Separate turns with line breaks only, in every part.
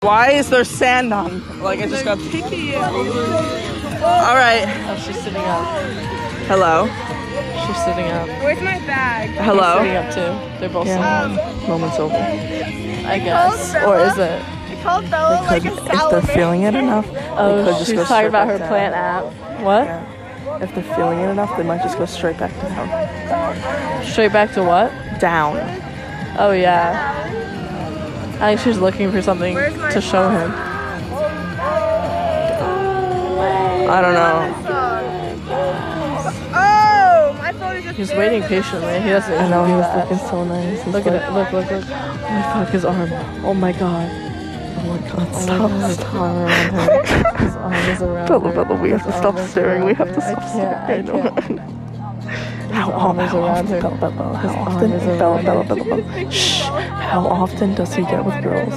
Why is there sand on? Like I just got pee. All right.
Oh, she's sitting up.
Hello.
She's sitting up.
Where's my bag?
She's
Hello.
sitting up too. They're both
Yeah.
sitting
Moment's over.
up. I guess.
Bella?
Or is it?
I called Bella like a
if they're
salamander.
feeling it enough, they could
Oh,
just
she's
go
talking
straight
about her
back down.
plant app. What?
If they're feeling it enough, they might just go straight back down.
Straight back to what?
Down.
Oh yeah. I think she's looking for something
Where's my
to show him.
I don't know.
Oh, my phone is just.
He's waiting patiently. He doesn't
I
even
know
do
he was
that.
looking so nice. He's
Look
like,
at it. Look, look, look. Oh my fuck, his arm. Oh my god.
oh my god,
Oh my
stop.
god, his
stop.
arm around her. His arm is around
Bella,
her.
Bella, we have
His
to stop
arm is
staring. We
around
have to
her.
stop
I
staring.
can't, I
know.
can't.
How
arm
often,
is
how
around
often,
her.
Bella, Bella, how
His arm
often,
is
Bella,
around
Bella,
her.
Bella, Bella, shh, how often does he get with girls?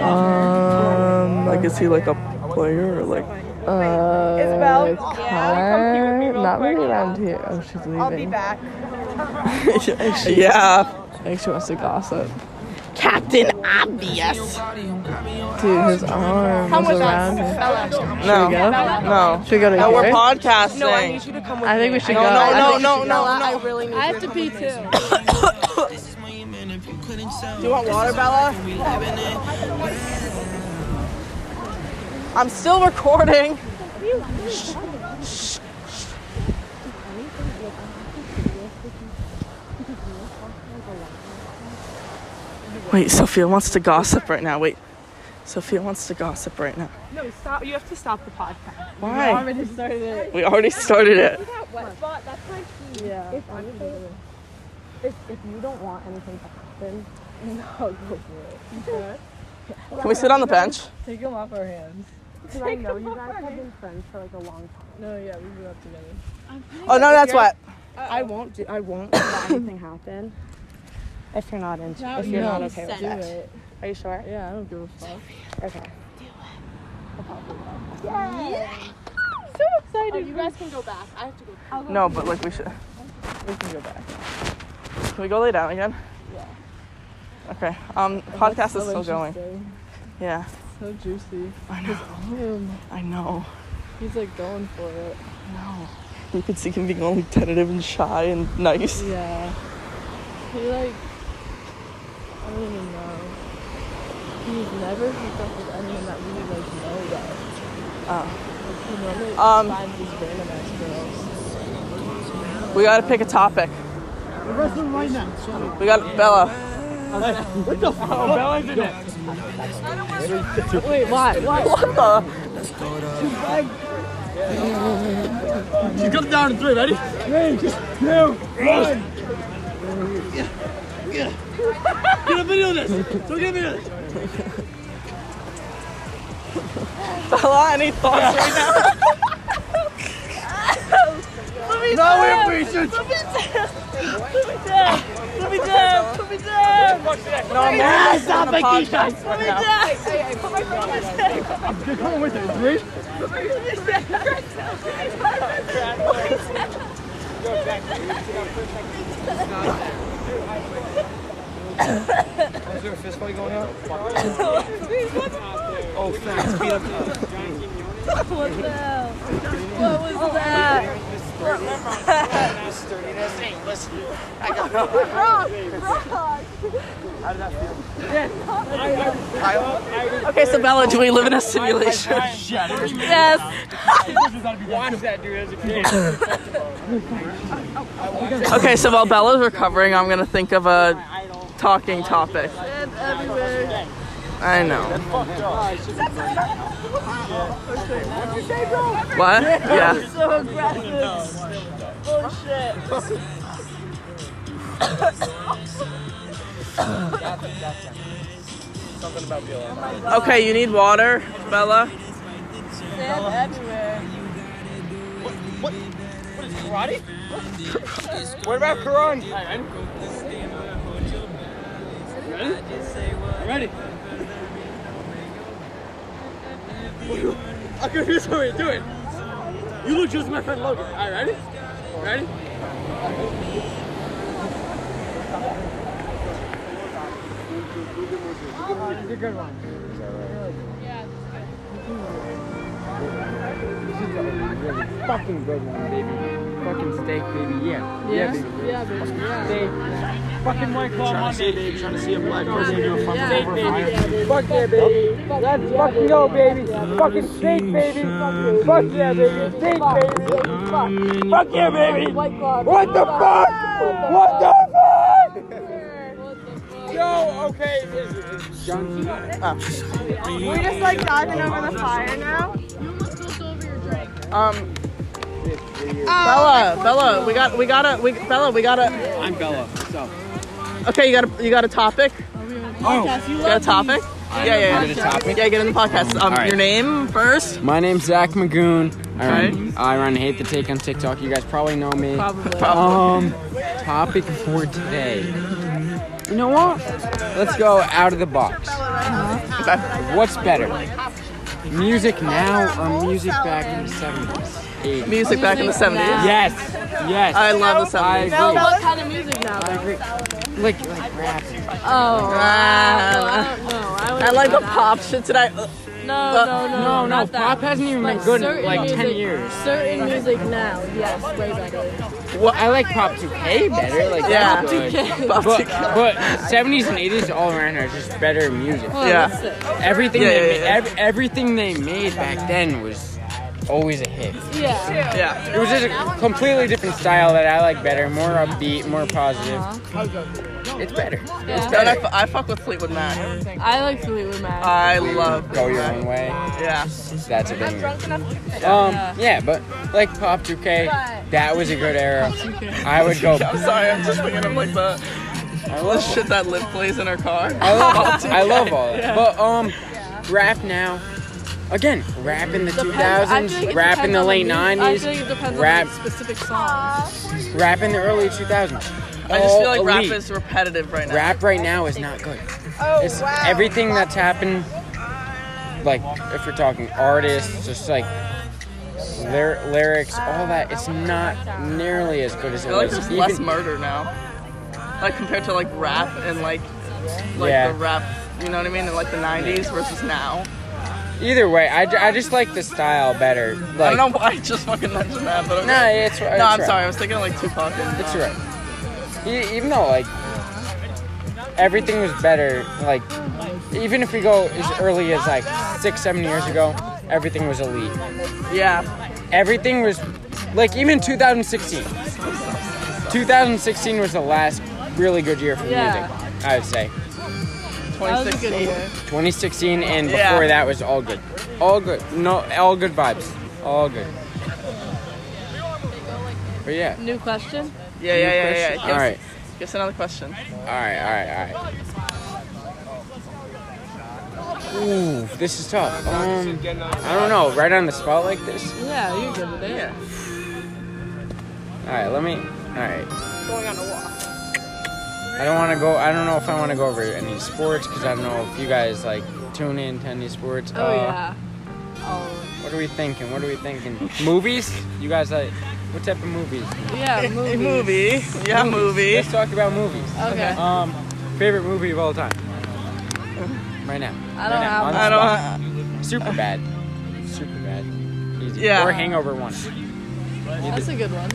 Um, like, is he like a player or like,
Uh,
Isabel?
car? Not really around here. Oh, she's leaving.
I'll be back.
yeah,
I think she wants to gossip.
Captain Obvious.
Dude, his arm is around her.
No, no.
Should we go to
No, we're
here?
podcasting.
I think we should
no,
go. I
no,
think-
no, no, no, no.
I have to pee too.
Do you want water, Bella? I'm still recording. Wait, Sophia wants to gossip right now. Wait, Sophia wants to gossip right now.
No, stop. You have to stop the podcast.
Why? We already started it. Can we sit on the bench?
Take him off our hands. No, yeah, we grew up together.
Oh no, that's what.
I won't do. I won't let anything happen. If you're not into, if you're not okay with
Do
it,
it.
are you sure?
Yeah, I don't give a fuck.
Okay.
No, but like we should.
We can go back.
Can we go lay down again? Yeah. Okay. Um, podcast is still going. Yeah.
So juicy.
I know.
Damn,
I know.
he's like going for it.
You could see him being only tentative and shy and nice.
Yeah. He like I don't even know. He's never hooked up with anyone that we like know about. Oh. Like, he normally
Um,
finds these random ass girls.
We gotta pick a topic. We got Bella.
Wait, why? Why?
What the?
You come down in three, ready? Three, two, one. Get a video of this. Don't get a video of this.
Bella, any thoughts right now?
No, we appreciate
Put me down. Put me down.
No, I'm only listening to podcasts right now.
you. Come with it. Three.
Okay, so Bella, do we live in a simulation? Okay, so while Bella's recovering, I'm gonna think of a talking topic. I know. What? Yeah. Okay, you need water, Bella.
What about Quran? Ready? Ready? I'm confused what we're doing. You look just my friend Logan. Alright, ready? Ready? You're a good one. Fucking good one, baby. Fucking steak, baby. Yeah. Yeah, baby.
Yeah, baby. Yeah.
Steak. Fucking white claw Monday, baby. Trying to see a black person do a fucking steak, baby. Fuck yeah, baby. Let's fucking go, baby. Fucking steak, baby. Fuck yeah, baby. Steak, baby. Fuck yeah, baby. What the fuck? What the fuck? Yo, okay.
We're just like diving over the fire now.
Um. Bella, Bella, we got, we gotta, we Bella, we gotta.
I'm Bella. So.
Okay, you got a, you got a topic?
Oh.
You got a topic? Yeah, yeah, yeah. Yeah, get in the podcast. Um,
All right.
your name first.
My name's Zach Magoon. I
Okay.
run, I run Hate the Take on TikTok. You guys probably know me.
Probably.
Um, topic for today. You know what? Let's go out of the box.
Uh-huh.
What's better? Music now or music back in the 70s? 80s?
Music back in the '70s.
Yes, yes.
I love the Oh,
I
70s.
agree.
What kind of music now?
I agree. Like, like rap.
Oh,
Ah,
I don't know. I,
I
wouldn't
like
know
the
that.
pop shit today. Uh,
No,
Uh,
no, no,
No, no,
not that.
pop hasn't even been
Like
good in
certain
like 10
music-
years.
Certain music now, yes, way better.
Well, I like Pop 2K better. Like,
Yeah.
that's good.
Pop
But,
chick-
but 70s and 80s all around are just better music.
Well,
Yeah.
that's it.
Everything
Yeah,
they
yeah,
ma-
yeah.
ev- everything they made back then was always a hit.
Yeah.
Yeah.
It was just a completely different style that I like better, more upbeat, more positive. It's better. It's
Yeah.
And I,
better.
fu- I fuck with Fleetwood Mac.
I like Fleetwood Mac.
I love.
Go your own way.
Yeah.
That's a thing. Um, yeah, but like Pop 2K, that was a good era. I would go.
I'm sorry. I'm just thinking of like the
I
the
love
shit that Liv plays in her car.
I love, I love all that. But um, rap now. Again, rap in the
I feel like
2000s,
it
rap
depends
in the
on
late
mu- I feel
90s,
like it depends
rap.
on the specific song.
rap in the early 2000s.
I just feel
All
like rap
elite.
is repetitive right now.
rap right now is not good.
Oh,
It's everything that's happened. Like if we're talking artists, just like lyr- lyrics, all that. It's not nearly as good as
I
it
feel like
was.
there's
even-
less murder now. Like compared to like rap and like like
Yeah.
the rap, you know what I mean? In like the 90s versus now.
Either way, I, ju- I just like the style better. Like,
I don't know why I just fucking mentioned that, but okay.
No, it's, it's
No, I'm
right.
sorry. I was thinking like Tupac. And,
It's
uh,
right. E- even though like everything was better, like even if we go as early as like six, seven years ago, everything was elite.
Yeah.
Everything was like even 2016. 2016 was the last really good year for
Yeah.
music, I would say.
That was a
2016.
good year.
2016 and before
Yeah.
that was all good. All good. No, all good vibes. All good. But yeah.
New question?
Yeah, yeah, yeah, yeah.
All right.
Guess another question.
All right, all right, all right. Ooh, this is tough. Um, I don't know. Right on the spot like this.
Yeah, you're good with it.
Yeah.
All right, let me. All right. Going on a walk. I don't want to go. I don't know if I want to go over any sports because I don't know if you guys like tune in to any sports. Uh,
Oh, yeah. Oh,
What are we thinking? What are we thinking? movies? You guys like what type of movies?
yeah,
A
movie.
movie. Yeah, movie.
Let's talk about movies.
Okay.
Um, favorite movie of all time. Right now.
I don't have
I don't.
Super bad. Super bad. Easy.
Yeah.
Or Hangover One.
That's a good one.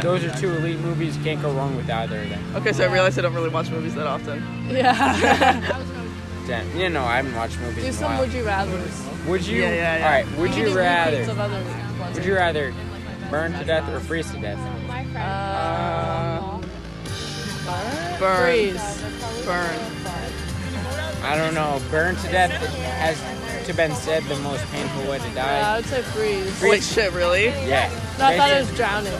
Those are two elite movies. Can't go wrong with either of them.
Okay, so I realized I don't really watch movies that often.
Yeah.
Damn. You know, I haven't watched
Do
movies in a
some
while.
would you rathers.
Would you?
Yeah, yeah, yeah.
All right. Would
We
you,
can do repeats
rather?
Of other ones.
Would you rather burn to death or freeze to death?
Uh, burn.
Freeze.
Burn.
I don't know. Burn to death has to been said the most painful way to
Yeah, I
Uh,
die.
would say freeze.
Wait, shit, really?
Yeah.
No, I thought it
Basically,
was drowning.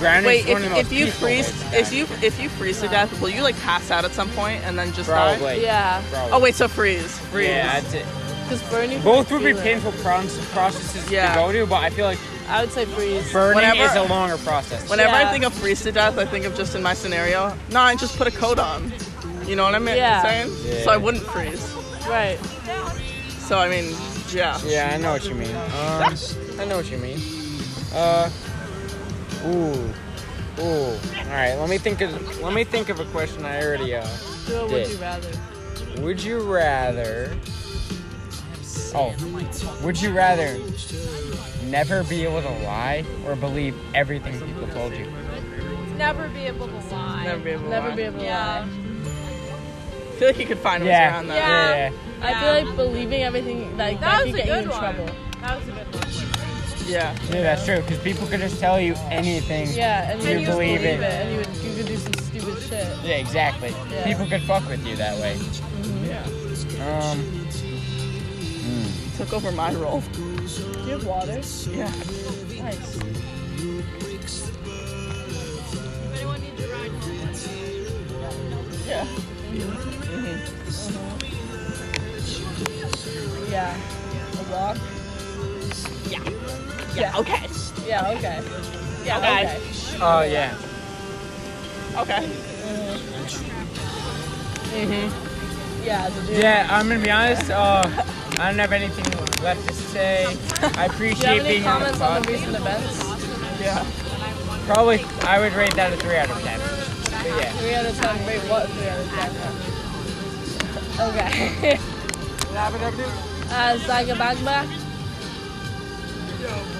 drowning's
Wait,
one
if,
of the
if
most
you
peaceful
freeze,
ways to
if
die.
you if you freeze to death, will you like pass out at some point and then just die?
probably.
Yeah.
Probably.
Oh wait, so freeze, freeze.
Yeah, that's it.
Because burning.
Both would be
feel it.
painful proce- processes
Yeah.
to go to, but I feel like
I would say freeze.
burning
Whenever-
is a longer process.
Whenever I
Yeah.
think of freeze to death, I think of just in my scenario. No, I just put a coat on. You know what I mean?
Yeah.
Saying?
Yeah.
So I wouldn't freeze.
Right.
So I mean, yeah.
Yeah, I know what you mean. Um, I know what you mean. Uh, ooh, ooh. All right, let me think of let me think of a question I already uh.
Do a would
Did.
you rather.
Would you rather? Oh, would you rather never be able to lie or believe everything people told you.
Never be able to lie.
Never be able to
Never
lie.
be able to
Yeah.
lie.
I feel like you could find ways
Yeah.
around that.
Yeah.
yeah.
I feel like believing everything like
That
that
was
could get
a
you
good
in
one.
trouble.
That was a good one.
Yeah.
Yeah, that's true. Because people could just tell you anything.
Yeah, and
You
then you would
believe
believe
it.
it, and you would you could do some stupid shit.
Yeah, exactly.
Yeah.
People could fuck with you that way. Yeah. Um,
Took over my role.
Do you have water?
Yeah.
Nice.
Yeah.
Mm-hmm. Yeah. A walk?
Yeah. Okay.
Yeah, okay.
Yeah,
Okay.
oh yeah.
Okay.
Yeah, the dude.
Yeah, I'm gonna be honest. Uh, I don't have anything left to say. I
Do you
appreciate
have any
being on the
comments on the
podcast.
recent events?
Yeah.
Probably, I would rate that a three out of ten. But yeah.
Three out of ten. Wait, what? Three out of ten. Okay. uh, Zagabagba.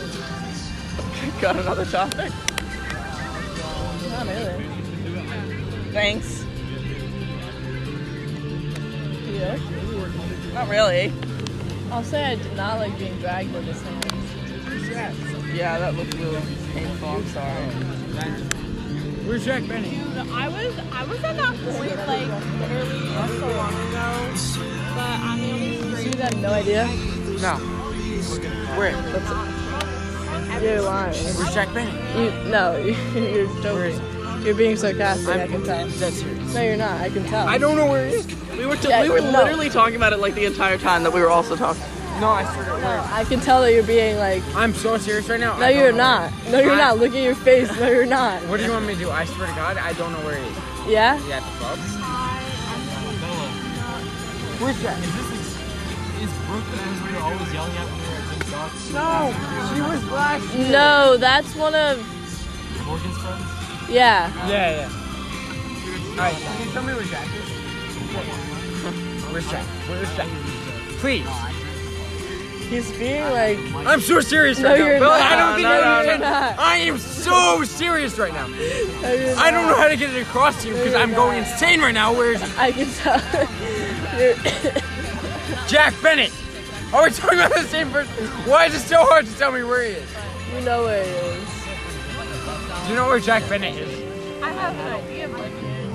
Got another topic.
Not really.
Thanks.
You?
Not really.
I'll say I did not like being dragged with his hands.
Yeah, that looked really painful. I'm sorry.
Where's Jack Benny?
Dude, I was I was at that point like literally not so long ago, but I'm the only straight.
You have no idea?
No. Where?
That's You're lying.
Where's Jack Benny?
You, no, you're joking. You're being sarcastic. i can tell.
That's serious.
No, you're not. I can tell.
I don't know where it is.
We were t-
Yeah,
we were
no.
literally talking about it like the entire time that we were also talking.
No, I swear. to-
No, I can tell that you're being like.
I'm so serious right now.
No,
I don't
you're
know where it
not. No, you're
I-
not. Look at your face. No, you're not.
is. What do you want me to do? I swear to God, I don't know where it is.
Yeah.
Is it at the club?
Where's Jack? Is this is Brooke the one we were always yelling at when we were at Jim's dogs?
No, she was last.
No, that's one of.
Morgan's friends?
Yeah.
Yeah, yeah. Alright, can you tell me where Jack is? Where's Jack? Where's Jack? Please.
He's being like.
I'm so serious
No,
right now.
you're
Bella,
not.
I don't think
No,
you
no,
understand.
you're not.
I am so serious right now.
No, you're
I don't
not.
know how to get it across to you because
you're
I'm going insane right now. Where's
I can tell. You're-
Jack Bennett? Are we talking about the same person? Why is it so hard to tell me where he is?
you know where it is.
Do you know where Jack Bennett is?
I have an idea of like who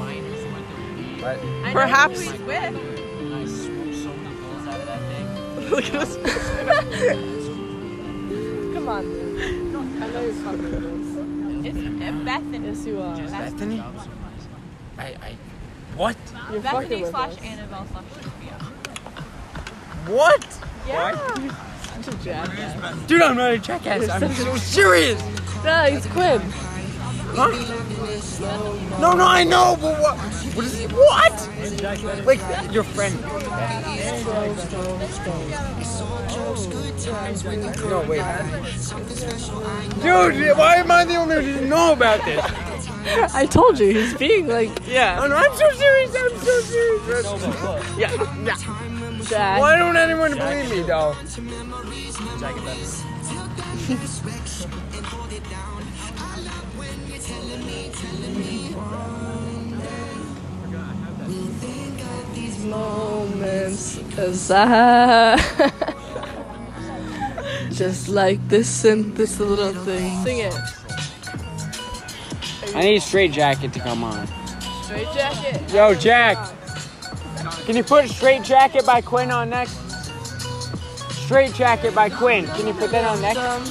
What?
I know
Perhaps-
who he's with.
Look at us.
Come on. dude. I know you're comfortable.
It's Bethany.
Yes, you are.
Bethany? I, I, what?
You're fucking
Bethany
with
slash
us.
Annabelle slash Sophia.
What?
Yeah.
Such a jackass.
Dude, I'm not a jackass. I'm so serious.
No, he's quib.
Huh? No, no, I know, but what? What is he? What? Like your friend? No, wait. Dude, why am I the only one who didn't know about this?
I told you, he's being like
Yeah.
I'm, I'm so serious. I'm so serious.
Yeah. Yeah.
Jack.
Why don't anyone believe me, though?
moments as I just like this and this little thing. Sing it.
I need a straight jacket to come on.
Straight jacket.
Yo, Jack. Can you put Straight Jacket by Quinn on next? Straight Jacket by Quinn. Can you put that on next?
Dum.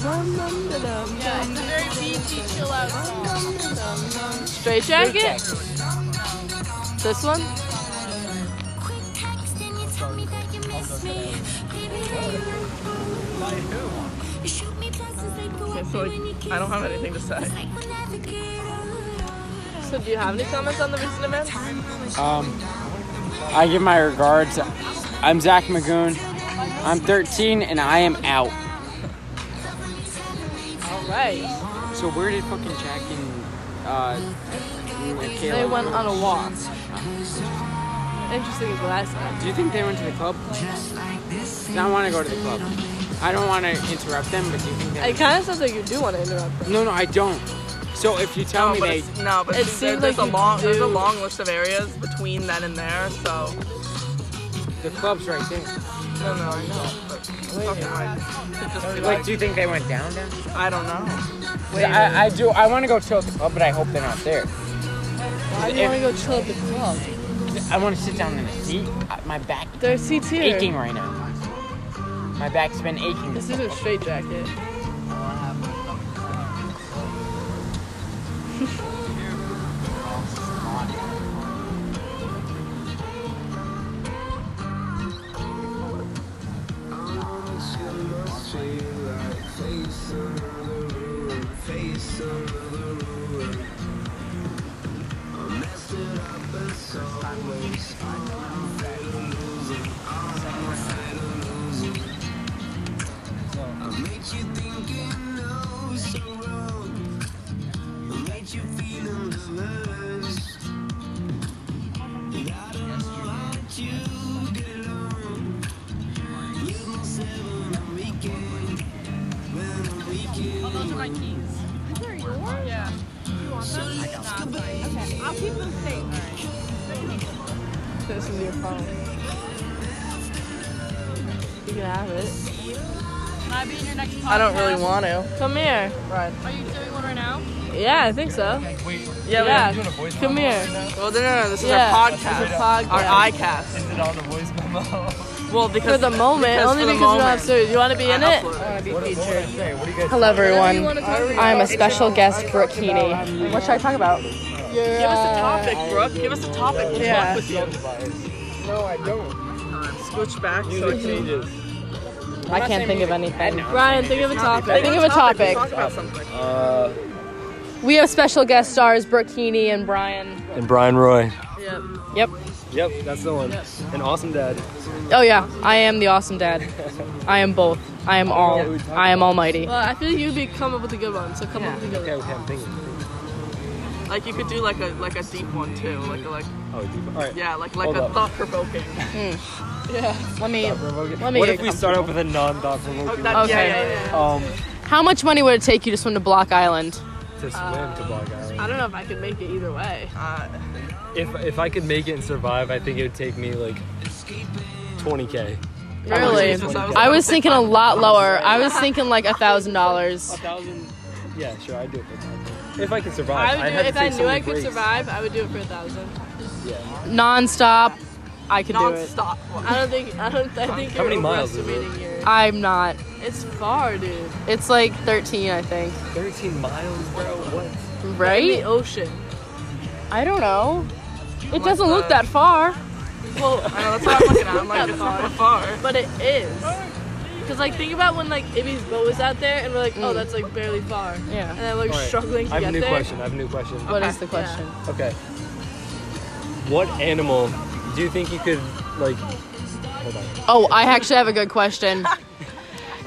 Dum, dum, dum, dum.
Yeah, it's a very beachy chill out song.
Straight jacket? This one?
Quick text and you tell me that you miss me. Baby, where you at? You shoot me blessings, they go
Okay,
up
so like,
when you
I don't
kiss
have anything to say.
Like we'll never get over.
So do you have any comments on the recent events?
Um, I give my regards. I'm Zach Magoon. I'm 13 and I am out.
Alright.
So where did fucking Jack and uh, Kayla?
They went on a walk. Interesting as the last time.
Do you think they went to the club? I want to go to the club. I don't want to interrupt them, but do you think
It
that?
kind of sounds like you do want to interrupt them.
No, no, I don't. So if you tell
No,
me
but,
they,
it's- no, but
It
there-
seems
there's
like
a
you
long there's
do.
a long list of areas between then and there, so
the club's right there.
no, no, I know. But it's fucking like, could just be
Like,
like,
do you think they went down down?
I don't know.
I, I do. I want to go chill at the club, but I hope they're not there.
Why do you
If-
want to go chill at the club?
I want to sit down in a seat. Uh, My back is
There's seats here.
aching right now. My back's been aching.
This is a straight jacket.
Oh, those are my keys. These are yours? Yeah. You want them? Nah, I'm fine. Okay, I'll keep them safe. All right.
This is your phone. You can have it.
Can I be in your next podcast?
I don't really want to.
Come here.
Right.
Are you doing one right now?
Yeah, I think so.
Yeah.
Yeah.
yeah.
Come here.
Well, no, no, no. This is
Yeah,
our
this is a
podcast.
podcast.
Our iCast. Is it on the voice memo? Well, because
For the moment,
because
only
for the
because
moment,
we're upstairs. You want to be in
I
it?
uploaded.
Hello, everyone. I'm a special guest, Brooke Heaney.
What should I talk about?
Give us a topic, Brooke. Give us a topic. We'll
Yeah.
talk with you.
No, I don't.
Switch back. So it's
changes.
I can't think of anything.
Brian, think of a topic.
Think of a topic.
Talk about something.
Uh,
We have special guest stars, Brooke Heaney and Brian.
and Brian Roy.
Yep.
Yep.
Yep, that's the one. An awesome dad.
Oh, yeah. I am the awesome dad. I am both. I am all. I am almighty.
Well, I feel like you'd be come up with a good one, so come up with a good
Okay,
one.
okay, I'm thinking.
Like you could do like a like a deep one too. Like a, like
Oh, deep. All right.
yeah, like like
Hold
a
up.
thought provoking.
Let me. Let me
What
get
if we start off with a non-thought provoking?
That-
Okay.
Yeah, yeah, yeah.
Um,
How much money would it take you to swim to Block Island?
to swim to Block Island.
uh, I don't know if I could make it either way.
Uh,
If if I could make it and survive, I think it would take me like 20k.
Really?
Jesus, I was
I was thinking a lot lower. I was thinking like a thousand dollars.
thousand. Yeah, sure, I'd do it. For that. If I could
I
survive,
would do
have
it,
to
if I
take so
knew
many
I could
breaks.
survive. I would do it for a thousand.
Non-stop. I could do it.
non-stop. One.
I don't think. I don't. I think
How
you're
many miles is it?
overestimating your.
I'm not.
It's far, dude.
It's like 13, I think.
13 miles, bro. What?
In the
Right?
ocean.
I don't know. It doesn't look that far.
Well,
I know that's what I'm looking at. I'm like it's not far.
but it is. Cause like think about when like Ibby's boat was out there, and we're like, oh, that's like barely far.
Yeah.
And then like
All right,
struggling to
I have
get
a new
there.
question. I have a new question.
What is the question?
Okay. What animal do you think you could like? Hold on.
Oh, I actually have a good question.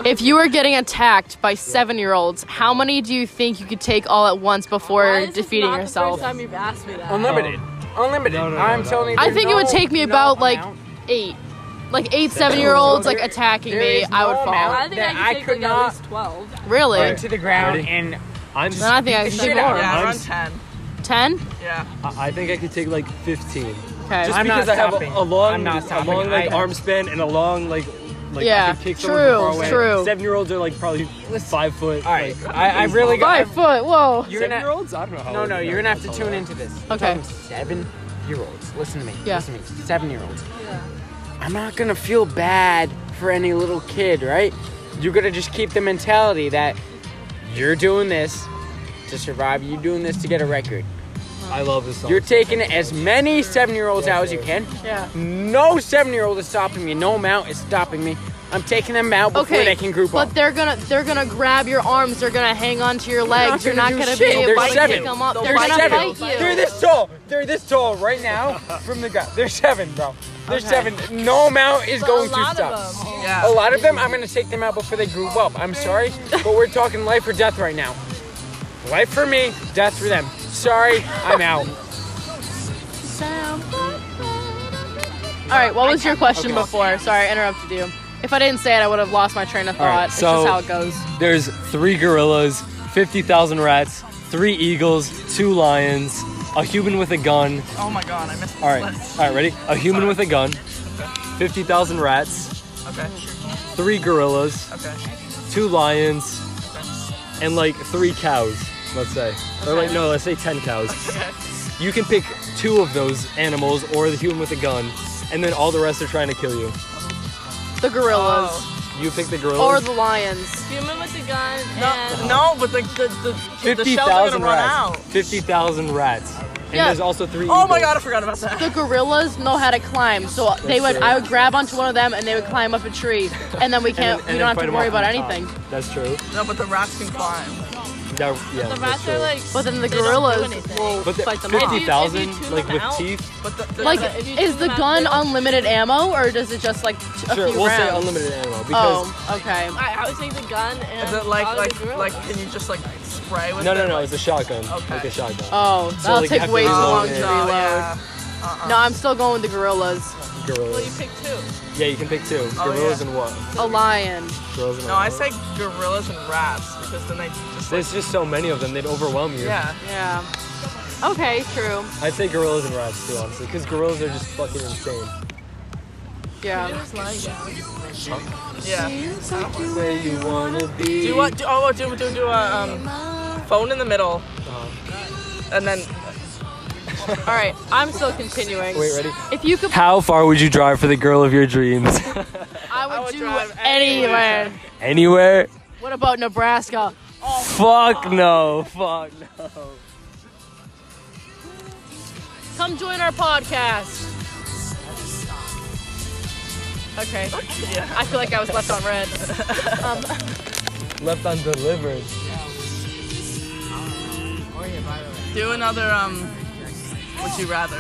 If you were getting attacked by seven-year-olds, how many do you think you could take all at once
Why
before
is this
defeating
not
yourself?
The first time you've asked me that.
Unlimited.
oh,
Unlimited.
No, no, no,
I'm
no.
telling you.
I
there's
think it would
no-
take me
no
about, like,
amount.
Eight, like eight seven-year-olds like attacking
There
me.
is
I would
no
fall.
Oh,
amount.
I think
that
I
I
could take
could
like
not-
at least twelve.
Really?
Into the ground
Ready?
and
I'm.
Then I think I could
Shit
take
out.
more.
Yeah,
I'm
around
s-
ten.
Ten?
Yeah.
I I think I could take like 15.
Okay.
Just
I'm not
because I have a,
stopping.
a long,
I'm not
a
stopping.
long like
I-
arm span and a long like. Like
Yeah,
I could kick someone from
true,
far away.
true.
Seven-year-olds are like probably five foot.
All right, I, I really got.
Five foot. Whoa.
You're gonna.
Seven-year-olds? I don't know. How
No,
old
no,
they
you're
are.
gonna have to
That's
tune
all.
into this.
Okay.
Seven year olds. Listen to me.
Yeah.
Listen to me. Seven year olds. I'm not gonna feel bad for any little kid, right? You're gonna just keep the mentality that you're doing this to survive, you're doing this to get a record.
I love this song.
You're taking as many seven year olds out as you can.
Yeah.
No seven year old is stopping me. No amount is stopping me. I'm taking them out before
Okay.
they can group
but
up.
they're gonna they're gonna grab your arms. They're gonna hang onto your legs.
not
You're
gonna
not
do
gonna,
shit.
be able
They're
to
seven.
pick them up.
They'll
They're
fight
gonna
you.
fight
They'll
you.
They're this tall. They're this tall right now from the ground. They're seven, bro. They're seven. No amount is
But
going
a
to
lot
stop.
of them.
A
Yeah.
lot of them, I'm gonna take them out before they group up. I'm sorry, but we're talking life or death right now. Life for me, death for them. Sorry, I'm out.
All right. What was your question before? Sorry, I interrupted you. If I didn't say it, I would have lost my train of thought.
All right,
it's
so-
just how it goes.
There's three gorillas, 50,000 rats, three eagles, two lions, a human with a gun.
Oh my god, I missed this
All right,
list.
all right, ready? A human with a gun, 50,000 rats,
Okay,
three gorillas,
okay.
two lions, and like three cows, let's say. Or like, no, let's say 10 cows. You can pick two of those animals or the human with a gun, and then all the rest are trying to kill you.
The gorillas
You pick the
or
gorillas.
the lions.
Human with the gun and
No, no, but the the, the, the shells are
50,000
gonna run out.
rats. 50,000 rats. And
Yeah.
there's also three
Oh my
eagles.
god, I forgot about that.
The gorillas know how to climb, so they would.
true.
I would grab onto one of them and they would climb up a tree, and then we can't.
And then- and
we
then
don't
fight
have to
'em
worry
off from
about
the top.
anything.
That's true.
No, but the rats can climb.
That, yeah,
the
that's
rats
true.
are like.
But then the
they don't do
gorillas
anything.
will
But the,
fight them off.
50,000,
If you- if you
like
tune
with
them out-
teeth?
But the, the
Like,
But if you
is
do
the
math,
gun
they don't-
unlimited ammo, or does it just like t- a
Sure,
few
we'll
rounds?
say unlimited ammo because
Oh, okay.
I, I would say the gun and
the, like
probably
like
the gorilla.
like can you just like spray with
no,
it?
no, no,
Like,
it's a shotgun.
Okay.
Like a shotgun.
Oh, that'll
like, you have
take
to
way too
reload
long
it.
to
no,
reload.
yeah.
No, I'm still going with the gorillas.
Gorillas.
Well, you pick two.
Yeah, you can pick two.
Oh,
gorillas
yeah.
and what?
A lion.
Gorillas and
No, I
what?
say gorillas and rats because then they just like,
There's just so many of them, they'd overwhelm you.
yeah.
Yeah. Okay, true.
I'd say gorillas and rats too, honestly, because gorillas are just fucking insane.
Yeah.
Yeah.
Where you wanna be?
Do you want? Do, oh, do do do a um, phone in the middle, and then
All right, I'm still continuing.
Wait, ready?
If you could,
How far would you drive for the girl of your dreams?
I would,
would
do
drive
anywhere.
Anywhere?
What about Nebraska?
Fuck no. Fuck no.
Come join our podcast. Okay. I feel like I was left on red.
Left undelivered.
do another um. Would you rather?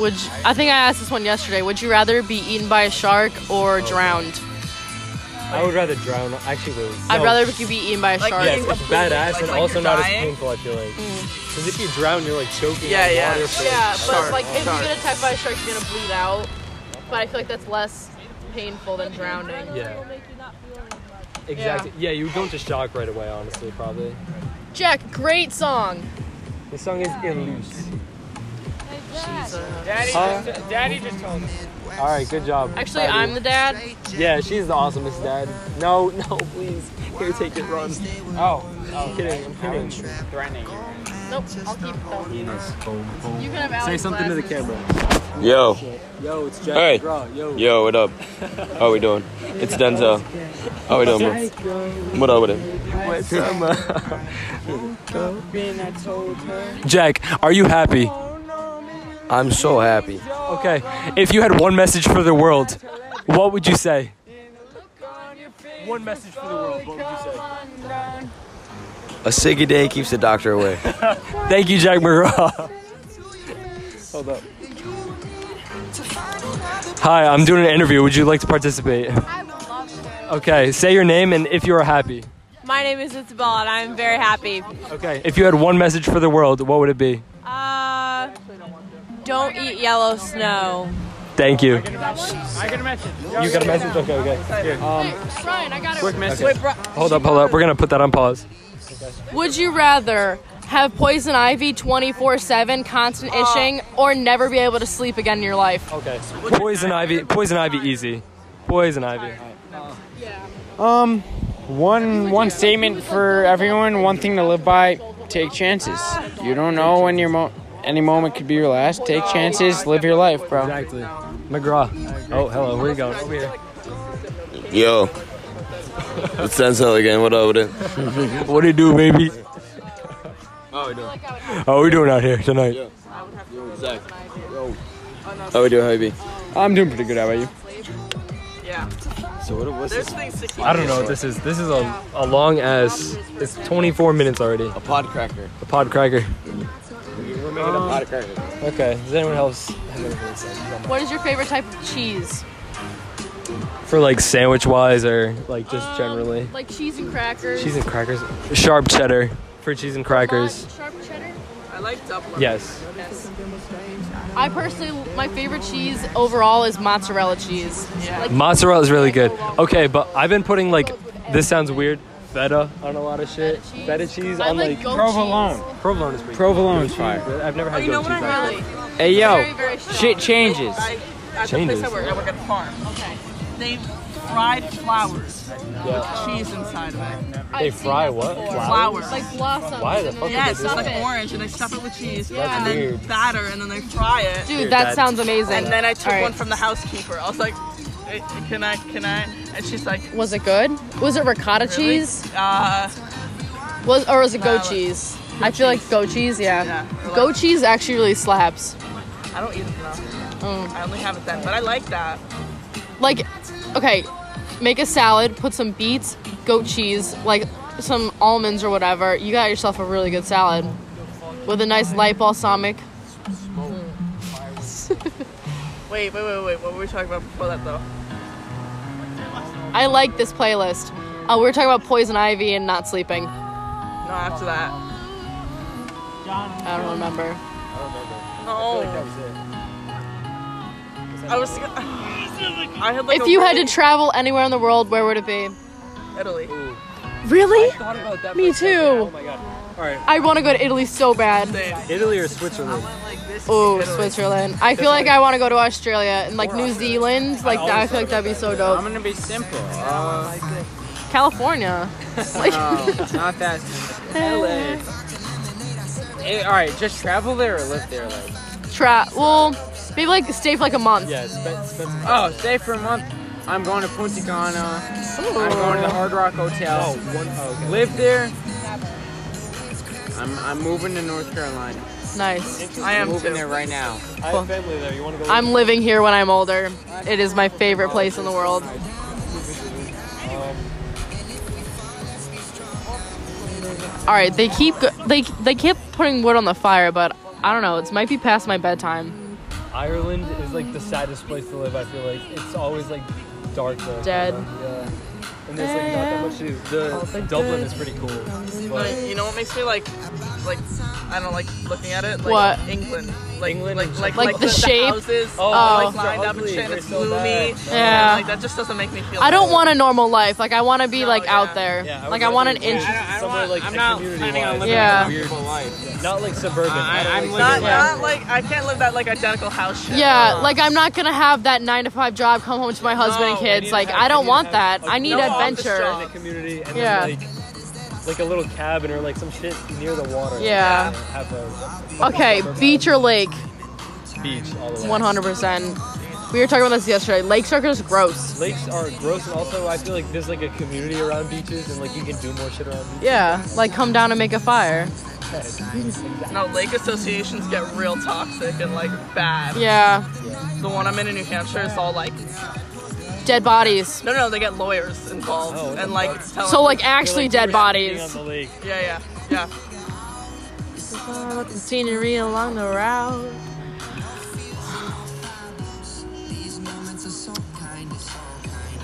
Would you, I think I asked this one yesterday? Would you rather be eaten by a shark or drowned?
I would rather drown. Actually, wait.
I'd
No.
rather you be eaten by a
Like,
shark.
Yes,
Being
it's
completely,
badass
like-
and
like
also
you're
not as
dying. Hmm.
painful. I feel like. Because if you drown, you're like choking.
Yeah,
on
yeah.
Water for,
Yeah,
like,
but
Shark.
like if
Shark.
you get attacked by a shark, you're gonna bleed out. But I feel like that's less painful than drowning.
yeah. Exactly. Yeah, you would go into shock right away. Honestly, probably.
Jack, great song.
This song is Illusion.
Daddy,
Huh?
just, Daddy just told me.
All right, good job.
Actually,
Daddy.
I'm the dad.
Yeah, she's the awesomest dad. No, no, please. Here, take it, run.
Oh,
I'm kidding. I'm kidding.
threatening.
Nope, I'll keep it. You can have
Say
Alex's
something to the
glasses.
camera.
Yo,
Yo, it's Jack
Hey.
McGraw. Yo.
yo, what up? How we doing? It's Denzel. How we doing, bro? What up with it?
Jack, are you happy?
I'm so happy.
Okay. If you had one message for the world, what would you say? One message for the world. What would you say?
A ciggy day keeps the doctor away.
Thank you, Jack McGraw. Hold up. Hi, I'm doing an interview. Would you like to participate?
I would love to.
Okay, say your name and if you are happy.
My name is Isabel, and I'm very happy.
Okay, if you had one message for the world, what would it be?
Uh, don't eat yellow snow.
Thank you. You
I got a message.
got a message? Okay, okay.
Wait, Ryan, I got it.
Quick message.
Hold up, hold up. We're gonna put that on pause.
Would you rather have poison ivy 24 7, constant ishing, or never be able to sleep again in your life?
Okay. Poison ivy. Poison ivy. Easy. Poison ivy.
Um, one one statement for everyone. One thing to live by: take chances. You don't know when your mo- any moment could be your last. Take chances. Live your life, bro.
Exactly. McGraw. Oh, hello. Where you going? Over here.
Yo, it's Denzel again. What up with it?
What do you do, baby?
How we doing?
How are we doing out here tonight?
Zach. How we doing, Hobie?
I'm doing pretty good. How about you?
Yeah.
So what was
There's
this?
things to keep.
I don't know what this is. This is a, a long ass. It's 24 minutes already.
A podcracker.
The pod cracker.
We're making a podcracker.
Okay. Does anyone else have anything to say?
What is your favorite type of cheese?
For like sandwich wise or like just generally?
Like cheese and crackers.
Cheese and crackers. Sharp cheddar for cheese and crackers.
Sharp cheddar.
I like Dublin.
Yes.
Yes.
I personally, my favorite cheese overall is mozzarella cheese. Like,
Mozzarella is really good. Okay, but I've been putting like this sounds weird. Feta on a lot of shit. Feta cheese
I
on
like
like
goat Provolone.
Provolone is pretty.
Provolone's fire.
I've never had
Oh, You know
goat
what
cheese.
I
on it.
really?
Hey yo,
Very, very strong.
shit changes.
I, at the
Changes.
place I work, I work at a farm. Okay. They fried flowers with cheese inside of it.
They fry what?
Flowers.
like blossoms.
Why the
and
fuck would
then-
Yes, it's
Stop
like
it.
orange, and they stuff it with cheese,
That's
and then
weird.
batter, and then they fry it.
Dude,
Dude,
that
that's-
sounds amazing.
And then I took
Alright.
one from the housekeeper. I was like, "Eh, "Can I? Can I?" And she's like,
Was it good? Was it ricotta
"Really?"
cheese?
Uh,
Was or was it goat
Nah,
cheese? I feel like goat cheese, yeah.
Yeah, or
goat cheese actually really slaps.
I don't eat it now.
Mm.
I only have it then, but I like that.
Like, okay, make a salad, put some beets, goat cheese, like some almonds or whatever. You got yourself a really good salad with a nice light balsamic.
Wait, wait, wait, wait. What were we talking about before that though?
I like this playlist. Uh, we were talking about poison ivy and not sleeping.
No, after that.
I don't remember.
No. I was. I had like.
if
a
you had
really-
to travel anywhere in the world, where would it be?
Italy.
Really?
Thought about that
Me
for a second.
too.
Oh my god. All right.
I want to go to Italy so bad.
Same.
Italy or Switzerland?
Oh, Switzerland. I feel like I want to go to Australia and like New Zealand. Like that, I feel like that'd be so
I'm
dope.
gonna be simple. Uh,
California. Like,
No, not that simple. LA. Eh, all right, just travel there or live there, like.
tra- well, maybe like stay for like a month.
Yeah, spend, spend some
Oh, stay for a month. I'm going to Punta Cana. I'm going to the Hard Rock Hotel.
Oh, one, oh, okay.
Live there. I'm, I'm moving to North Carolina.
Nice.
I am
moving
too.
there right now.
I have family there. You want to go?
I'm living here when I'm older. It is my favorite place in the world. All right, they keep go- they they keep putting wood on the fire, but I don't know. It might be past my bedtime.
Ireland is like the saddest place to live. I feel like it's always like dark there.
Dead.
Yeah. And there's like not that much to do. The Dublin is pretty cool. But
Like, you know what makes me like, like, I don't like looking at it. Like,
What?
England. Like,
England
like,
and
like,
shit.
Like the shape?
houses,
Oh,
are, like
they're
lined up and
ugly.
shit. and
They're
It's
so
gloomy.
bad.
Yeah.
And, like that just doesn't make me feel.
I don't
good.
want a normal life. Like I want to be like
yeah.
out there.
yeah, I
Like
would
I want an
to live
inch.
somewhere like
I'm not
community
planning on
wise.
living
Yeah.
a weird life.
Not like suburban.
I-
don't
I'm
like
Not,
suburban.
Yeah.
not like I can't live that like identical house shit.
Yeah, like I'm not gonna have that nine to five job, come home to my husband and
No,
kids.
need
like
to have-
I don't
need to
want
have
that.
a
I need
no office
adventure.
in a community and
Yeah.
then like like a little cabin or like some shit near the water.
Yeah.
And have a
Okay,
suburban
beach or lake,
beach all the way.
100. percent We were talking about this yesterday. Lakes are just gross.
Lakes are gross, and also I feel like there's like a community around beaches, and like you can do more shit around beaches.
Yeah, like come down and make a fire.
No, lake associations get real toxic and like bad.
Yeah,
The one I'm in in New Hampshire is all like,
dead bodies.
no, no, they get lawyers involved
Oh, what the
and like it's telling.
So like actually dead bodies.
On the lake.
yeah, yeah, yeah.
Scenery along the route.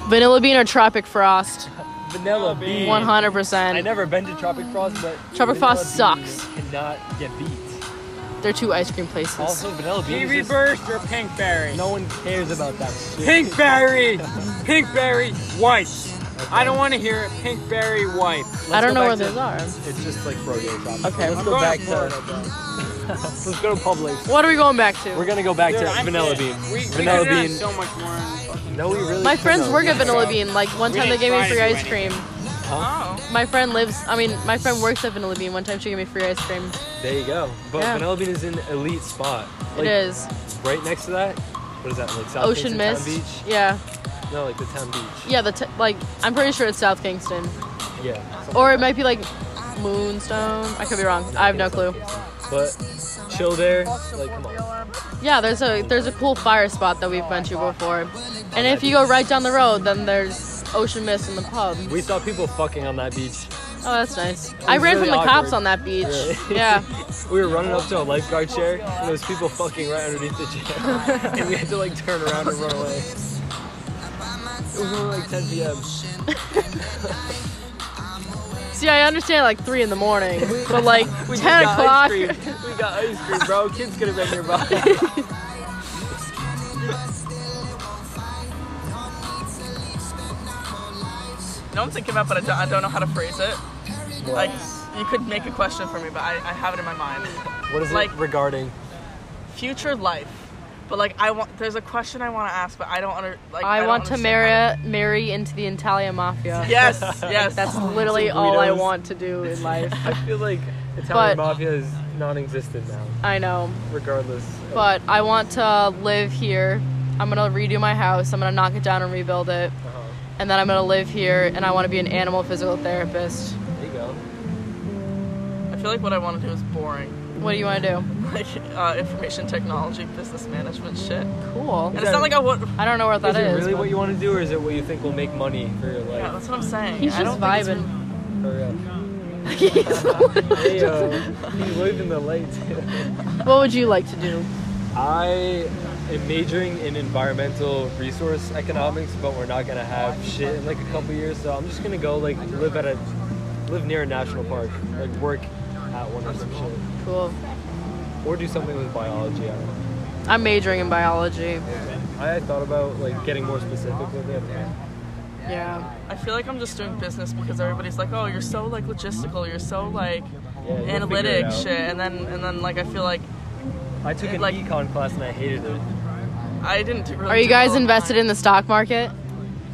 Vanilla bean or Tropic Frost?
Vanilla bean.
100%.
I never been to Tropic Frost, but
Tropic
vanilla
Frost
bean
sucks.
Cannot get beat.
They're two ice cream places.
Also, vanilla bean.
Kiwi
is
burst or pinkberry?
just- No one cares about that shit.
Pinkberry! Pinkberry white. I don't want to hear it. Pinkberry white.
I don't
go
know where
back
those
to-
are.
It's just like rodeo shopping.
Okay.
let's
I'm
go
going
back
to
to.
Florida,
Let's go to Publix.
What are we going back
We're
to?
gonna go back
Dude,
to
I'm
vanilla
dead.
bean.
We, we
vanilla
could have
bean.
done so much more.
No, we really.
My
should
friends
have.
work at Vanilla Bean. Like one
We
time they
didn't
gave me
try
free
to do
ice cream.
anything. Oh.
My friend lives. I mean, my friend works at Vanilla Bean. One time she gave me free ice cream.
There you go. But
Yeah.
vanilla bean is an elite spot.
it
Like,
is
Right next to that. What is that like? South
ocean
Kensington
mist.
Beach.
Yeah,
No, like the town beach.
yeah. The t- like I'm pretty sure it's South Kingston,
Yeah.
or it might be like Moonstone. I could be wrong. I have no clue.
But chill there. Like, come on.
Yeah, there's a there's a cool fire spot that we've been to before, and if you go right down the road, then there's ocean mist in the pub.
We saw people fucking on that beach.
Oh, that's nice. I
was
ran
really
from the cops
awkward.
on that beach.
Really?
Yeah.
We were running up to a lifeguard chair, and there was people fucking right underneath the chair, and we had to like turn around and run away. It was only like 10 p.m.
See, I understand like three in the morning, but like
We
ten
got
o'clock.
Ice cream. We got ice cream, bro. Kids could have been here, bro.
No, I'm thinking about, but I don't, I don't know how to phrase it. Like, you could make a question for me, but I, I have it in my mind.
What is
Like-
it regarding?
Future life, but like I want. There's a question I want to ask, but I don't under. Like,
I,
don't
want to
understand
marry marry into the Italian mafia.
how- Yes, yes.
That's literally all I
burritos.
want to do in life.
I feel like
But-
Italian mafia is non-existent now,
I know.
regardless. of-
But I want to live here. I'm gonna redo my house. I'm gonna knock it down and rebuild it.
Uh-huh.
And then I'm gonna live here and I wanna be an animal physical therapist.
There you go.
I feel like what I want to do is boring,
What do you wanna do?
like uh, information technology, business management shit. And
Cool.
it's not like I want.
I don't know where
Is
that
it
is.
really
but-
what you want to do, or is it what you think will make money for your
Yeah,
life?
that's what I'm saying.
He's
I
just
don't think it's
vibing.
Or, uh, he's living the light.
What would you like to do?
I am majoring in environmental resource economics, but we're not gonna have shit in like a couple years, so I'm just gonna go like live at a live near a national park, like work at one or some shit,
Cool.
or do something with biology. I don't know.
I'm majoring in biology.
I thought about like getting more specific with it. but
Yeah.
I feel like I'm just doing business because everybody's like, oh, you're so like logistical, you're so like
Yeah, you'll figure it
analytic
out.
shit, and then and then like I feel like
I took an
Like-
econ class and I hated it.
I didn't. Really
Are you guys invested in the stock market?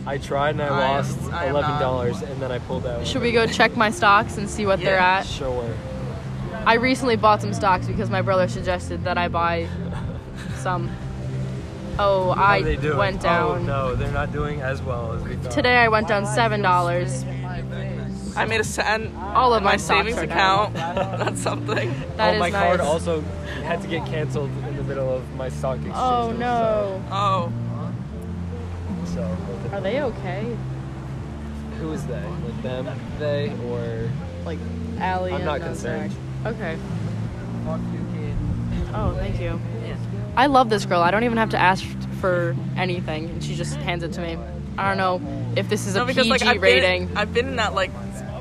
I tried and I
I am-
lost
I am uh, not.
eleven dollars, and then I pulled out.
Should we go check my stocks and see what they're
Yeah,
at?
Sure.
I recently bought some stocks because my brother suggested that I buy some. Oh,
How
I
they doing?
went down.
Oh, no, they're not doing as well as we thought.
Today I went down seven dollars.
I made a cent.
All of
my
my stocks
savings
are
account.
down.
That's something.
That
oh,
is
my
nice.
card also had to get canceled in the middle of my stock exchange.
oh no.
Oh,
So,
Are they okay?
who is they? Like them, they, or
Like Allie
I'm
and
not
uh,
concerned.
Zach. Okay. Oh, thank you. I love this girl. I don't even have to ask for anything, and she just hands it to me. I don't know if this is a
no, because
PG
like I've
rating.
been, I've been in that like,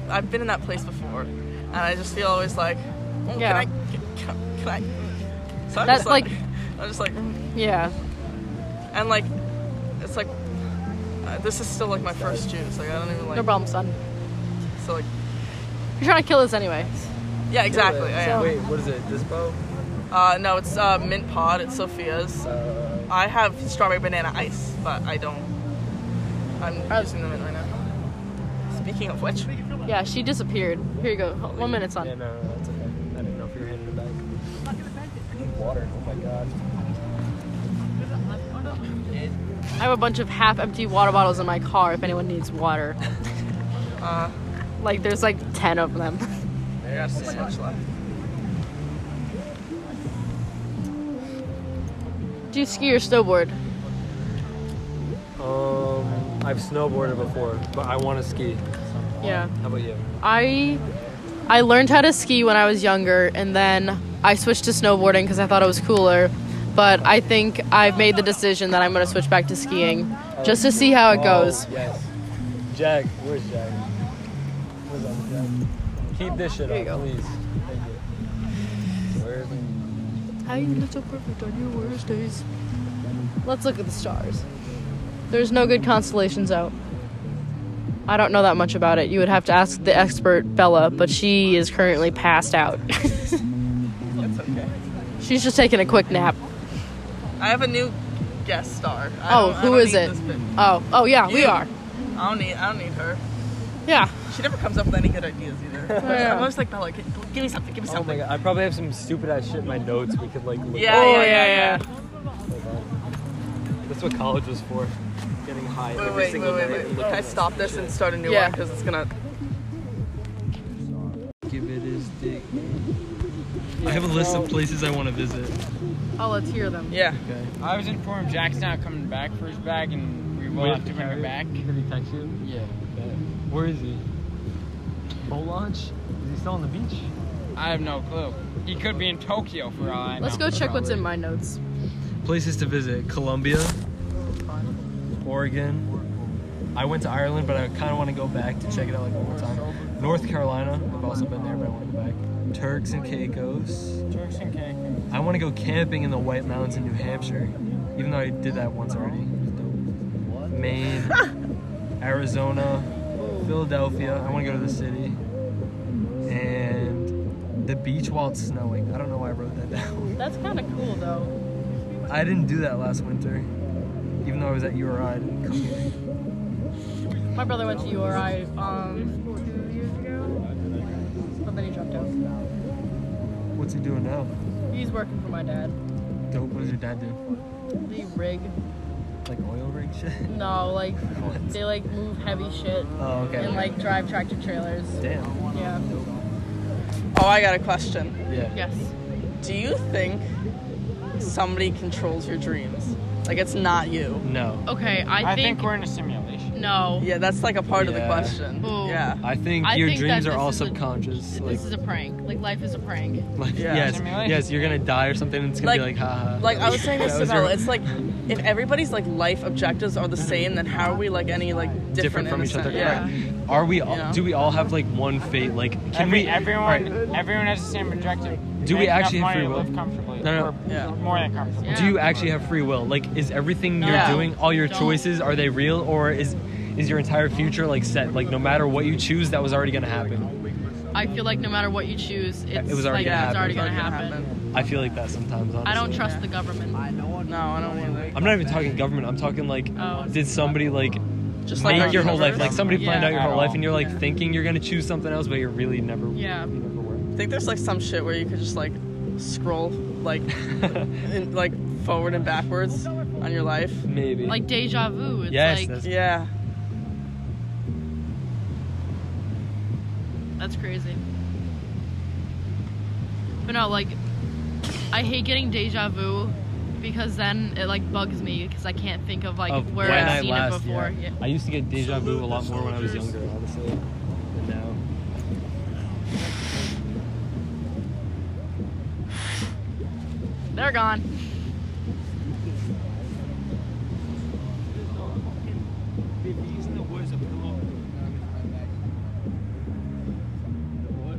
I've been in that place before, and I just feel always like, oh,
Yeah.
can I, can, can I? So I'm
That,
just like,
like-
I'm just like, mm.
yeah.
and like, it's like, uh, this is still like my first juice. Like I don't even like.
No problem, son.
So like,
You're trying to kill us anyway.
yeah, exactly. I am.
Wait, what is it? Dispo?
Uh, no, it's uh, mint pod. It's Sophia's.
Uh,
I have strawberry banana ice, but I don't. I'm using the mint right now. Speaking of which,
Yeah, she disappeared. Here you go. Hold- One minute,
yeah,
son.
no, no, uh, that's okay. I didn't know if you were handing it back. I need water. Oh my god.
I have a bunch of half-empty water bottles in my car. If anyone needs water,
uh,
like there's like ten of them.
there's so much left.
Do you ski or snowboard?
Um, I've snowboarded before, but I want to ski.
Yeah.
How about you?
I I learned how to ski when I was younger, and then I switched to snowboarding because I thought it was cooler. But I think I've made the decision that I'm gonna switch back to skiing, just to see how it goes.
Oh, yes. Jack, where's Jack? Where's Jack? Keep this shit
you go.
up, please. Thank you. Where's
How you look so perfect on your worst days? Let's look at the stars. There's no good constellations out. I don't know that much about it. You would have to ask the expert Bella, but she is currently passed out. She's just taking a quick nap.
I have a new guest star. I
Oh,
don't- I
who
don't
is
need
it?
this bitch.
Oh, oh yeah, we
You.
are.
I don't need. I don't need her.
Yeah.
She never comes up with any good ideas either.
Oh, Yeah.
I'm always like Bella, gi- give me something. Give me
Oh my
something.
god, I probably have some stupid ass shit in my notes we could like
Oh,
look
yeah,
up.
yeah, yeah, yeah.
That's what college was for. Getting high
Wait,
every
wait, wait,
single
wait,
night.
wait.
and
Can I
looking
stop this and start a new
Yeah.
one because it's gonna. Oh.
up. I have a list of places I want to visit.
Oh, let's hear them.
Yeah.
I was informed Jack's not coming back for his bag, and we will have to bring it back.
Did he text you?
Yeah.
Where is he? Boat launch? Is he still on the beach?
I have no clue. He could be in Tokyo for all I know.
Let's go check what's in my notes.
Places to visit: Colombia, Oregon, I went to Ireland, but I kind of want to go back to check it out like one more time. North Carolina, I've also been there, but I want to go back. Turks and Caicos.
Turks and Caicos.
I want to go camping in the White Mountains in New Hampshire, even though I did that once already. Maine, Arizona, Philadelphia. I want to go to the city. And the beach while it's snowing. I don't know why I wrote that down.
That's kind of cool though.
I didn't do that last winter, even though I was at URI. I didn't come here.
My brother went to URI um, two years ago, but then he dropped out.
What's he doing now?
He's working for my dad.
Dope. What does your dad do?
The rig.
Like oil rig shit?
No, like they like move heavy shit
Oh, okay.
and like drive tractor trailers.
Damn.
Yeah.
Oh, I got a question.
Yeah.
Yes.
Do you think somebody controls your dreams? Like it's not you.
No.
Okay,
I think we're in a simulation.
no.
Yeah, that's like a part of the
Yeah.
question.
Ooh.
Yeah.
I think
I
your
think that
dreams are
this
all
is a-
subconscious. like,
This is a prank. Like life is a prank.
like
Yeah.
yes,
Simulation.
yes, you're gonna die or something. And it's gonna
Like-
be like, haha.
Like I was saying this
That
to
was
Bella,
your-
it's like if everybody's like life objectives are the same, then how are we like any like different,
different from
in a
each other.
sense? Yeah.
Correct. Are we all?
Yeah.
Do we all have like one fate? Like, can
Every,
we?
everyone,
alright,
everyone has the same objective.
Do we
Make enough
actually have
money
free
to
will?
Live comfortably.
No, no.
Or
Yeah.
More than comfortable.
Do you actually have free will? Like, is everything
Yeah.
you're doing, all your
Don't.
choices, are they real, or is is your entire future like set? Like, no matter what you choose, that was already gonna happen.
I feel like no matter what you choose, it's
was already
like,
gonna
it's
happen.
already
It's
gonna
Like,
happen.
I feel like that sometimes. Honestly.
I don't trust the government.
No, I don't either.
I'm not even talking government. I'm talking like,
Oh.
did somebody like
Just
make
our
your whole life?
universe.
Like somebody planned
Yeah.
out your
At
whole life,
all.
and you're like thinking you're gonna choose something else, but you're really never.
Yeah.
you never were.
I think there's like some shit where you could just like scroll like in, like forward and backwards on your life.
Maybe.
Like deja vu. It's
yes,
like
that's,
Yeah.
That's crazy. But no, like, I hate getting deja vu because then it like bugs me because I can't think of like
of
where
when
I've
I
seen
last.
it before. Yeah.
yeah. I used to get deja vu a lot more when I was younger, honestly. Than now.
They're gone.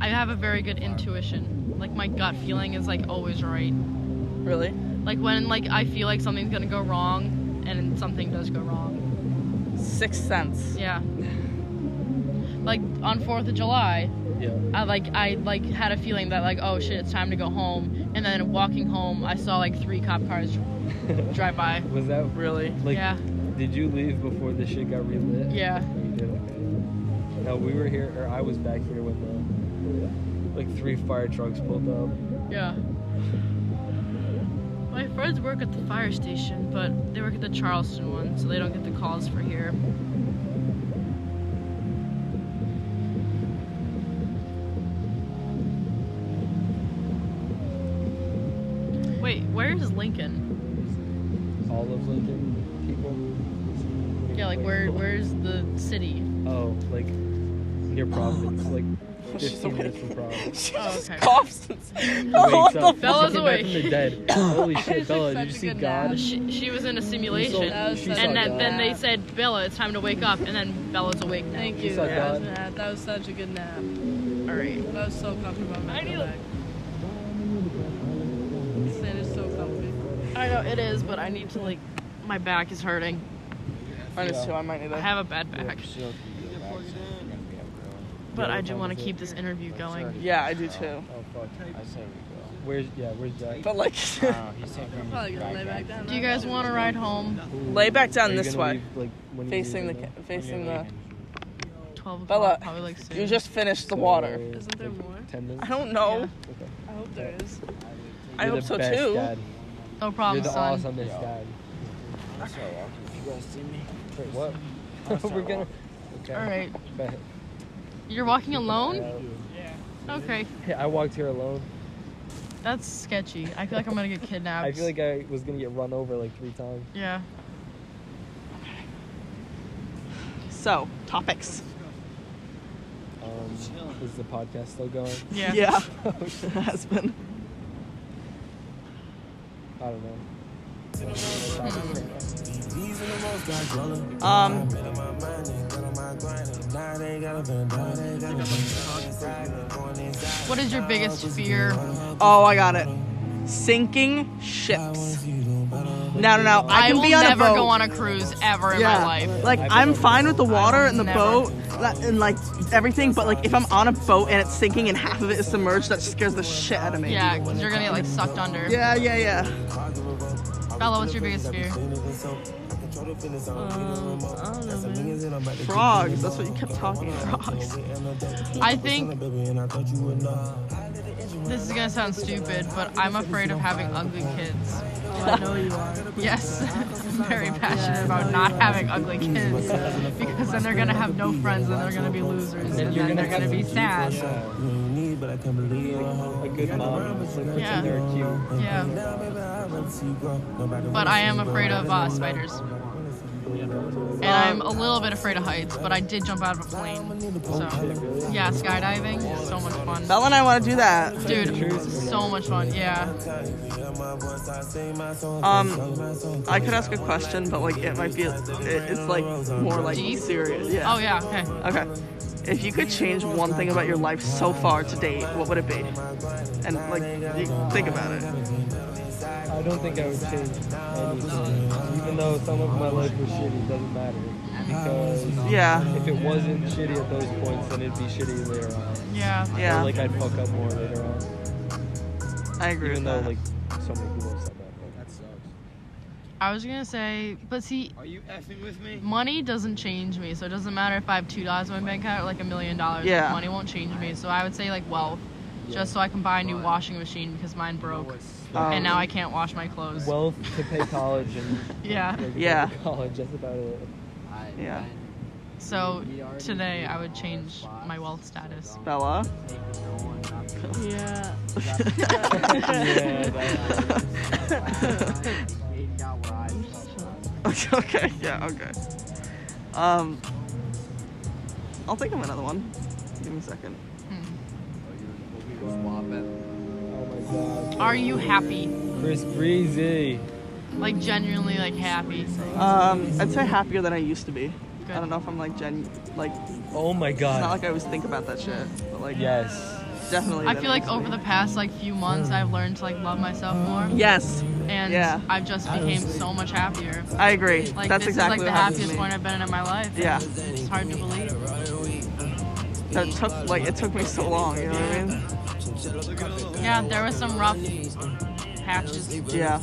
I have a very good intuition. Like my gut feeling is like always right.
Really?
Like when like I feel like something's gonna go wrong and something does go wrong.
Sixth sense.
Yeah. Like on Fourth of July,
Yeah.
I like I like had a feeling that like oh shit it's time to go home and then walking home I saw like three cop cars drive by.
Was that
Really?
like?
yeah,
Did you leave before this shit got relit?
yeah.
You did, okay. No, we were here, or I was back here when the like three fire trucks pulled up.
Yeah. My friends work at the fire station, but they work at the Charleston one, so they don't get the calls for here. Wait, where is Lincoln?
All of Lincoln people.
Yeah, like where where's the city?
Oh, like near Providence, like
She's
15 minutes
awake.
from Providence.
She
Oh,
just
okay.
coughs. Oh, what
Wakes
the
up,
fuck?
Bella's
fucking back from the
awake.
dead. Holy shit,
It's like
Bella!
such
Did you
a
see
good
God?
nap.
She, she was in a simulation.
That was she such a
and
good
then, then they
nap.
said, Bella, it's time to wake up. And then Bella's awake now.
Thank you.
suck
That was,
on.
a nap. that was such a good nap.
All right.
That was so comfortable. I'm I need This sand is so comfy.
I know it is, but I need to, like, my back is hurting.
Mine is too. I might need
I
that.
have a bad back. But I do want to keep this interview going.
Yeah, I do too.
Oh fuck. I say we
Where's yeah? Where's Zach?
But like,
go. Wow, Oh, he's taking
Probably gonna lay back down.
Do you guys want to ride home?
lay back
Are
down
you
this
gonna
way,
leave, like, when you
facing the
leave
ca-
right now?
facing the.
12 o'clock,
Bella,
probably like soon.
You just finished the water.
So,
Isn't there more?
Ten minutes.
I don't know.
I hope there is.
I
You're
hope
the
so
best,
too. Um,
Dad.
no
You're
problem,
the
son.
awesomest dad.
You guys see me?
Wait, what? We're gonna. Okay.
All right.
Bet.
You're walking alone? Okay.
Hey, I walked here alone.
That's sketchy. I feel like I'm going to get kidnapped.
I feel like I was gonna get run over like three times.
Yeah.
So topics.
Um, is the podcast still going?
Yeah.
Yeah. Has been.
I don't know.
Um,
What is your biggest fear?
Oh, I got it. Sinking ships. No, no, no. I
I
can
will
be on
never
a boat.
go on a cruise ever in my life.
Like I'm fine with the water
will
and the
never.
boat that- and like everything, but like if I'm on a boat and it's sinking and half of it is submerged, that scares the shit out of me.
Yeah, because you're gonna get like sucked under.
Yeah, yeah, yeah.
Bella, what's your biggest fear?
Frogs. That's what you kept talking. Frogs.
I think this is gonna sound stupid, but I'm afraid of having ugly kids.
I know you are.
Yes, I'm very passionate about not having ugly kids because then they're gonna have no friends and they're gonna be losers and then they're gonna be sad.
A good mom.
Yeah.
They're cute.
Yeah. But I am afraid of uh, spiders. And I'm a little bit afraid of heights, but I did jump out of a plane. So, yeah, skydiving, is so much fun.
Bella and I want to do that.
Dude, so much fun, yeah.
Um, I could ask a question, but like it might be, it, it's like more like
Deep?
serious. Yeah.
Oh, yeah, okay.
Okay. If you could change one thing about your life so far to date, what would it be? And like, you think about it.
I don't think I would change anything. Even though some of my life was shitty, it doesn't matter. Because
Yeah.
if it wasn't shitty at those points, then it'd be shitty later on.
Yeah.
Or,
Yeah.
like I'd fuck up more later on.
I agree
Even
with
though
that.
like so many people have said that. Like, that sucks.
I was gonna say, but see,
Are you effing with me?
money doesn't change me, so it doesn't matter if I have two dollars in my bank account or like a million dollars.
Yeah.
Money won't change me, so I would say like wealth, just so I can buy a new washing machine because mine broke,
Um,
and now I can't wash my clothes.
Wealth to pay college and
yeah.
like,
Yeah.
pay for college. That's about it.
yeah.
So today I would change my wealth status.
Bella.
Yeah.
Yeah, that's-
Okay, okay, yeah, okay. Um, I'll think of another one. Give me a second.
oh my god.
Are you happy?
Chris Breezy.
Like genuinely like happy?
Um, I'd say happier than I used to be.
Good.
I don't know if I'm like gen, like it's
Oh my
not
god.
like I always think about that shit, but like
Yes.
definitely.
I
than
feel like
used to
over
be.
the past like few months I've learned to like love myself more,
Yes,
and
Yeah.
I've just became so much happier.
I agree.
Like
That's
this
exactly
is like
what
the
happened
happiest
to me.
point I've been in in my life.
Yeah.
It's hard to believe.
That it took like it took me so long. You know what I mean?
Yeah, there was some rough patches.
Yeah.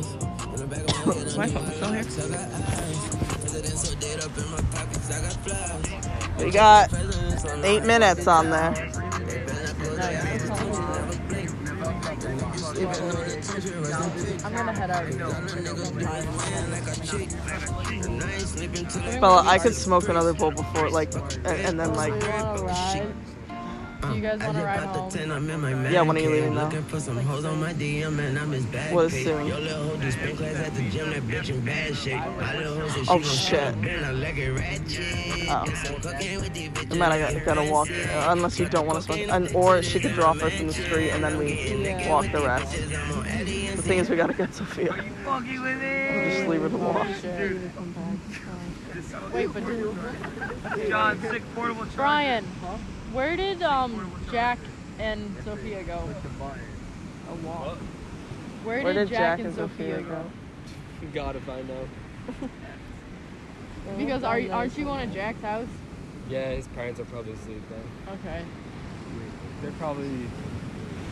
Is my phone still here? We got eight minutes on there.
I'm gonna head out.
Bella, I could smoke another bowl before, like, and, and then, like,
Wanna ride? Do you guys wanna ride home?
yeah, when are you leaving though? What is soon? Oh shit. Oh. No matter, I gotta walk. uh, Unless you don't want to smoke. And, or she could drop us in the street and then we walk the rest. The thing is, we gotta get Sophia. We'll just leave her to walk.
Wait, but did,
John, sick portable
Brian, where did um Jack and Sophia go? A walk. Where did Jack and Sophia go?
God if I know.
Because are you, aren't you going to Jack's house?
Yeah, his parents are probably asleep then.
Okay.
They're probably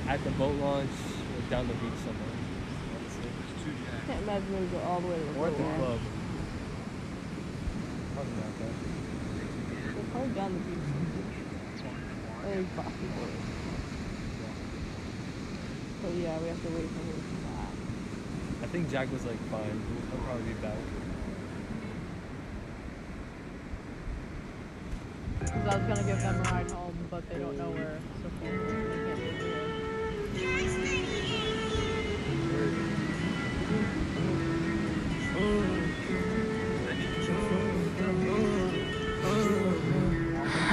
at the boat launch or down the beach somewhere.
Can't imagine them go all the way to the
Or at the
pool.
club.
They're probably down the beach. Or like Boston So yeah, we have to wait for her to come back.
I think Jack was like, fine, I'll probably be back.
Because I was gonna give them a ride home, but they don't know where. So they can't leave here.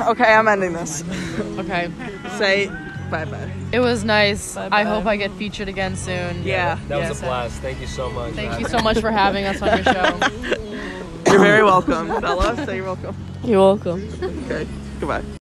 Okay, I'm ending this.
Okay.
Say Bye bye.
It was nice.
Bye-bye.
I hope I get featured again soon.
Yeah.
That was
Yes.
a blast. Thank you so much.
Thank you so much for having us on your show.
You're very welcome, Bella. Say you're welcome.
You're welcome.
Okay. Goodbye.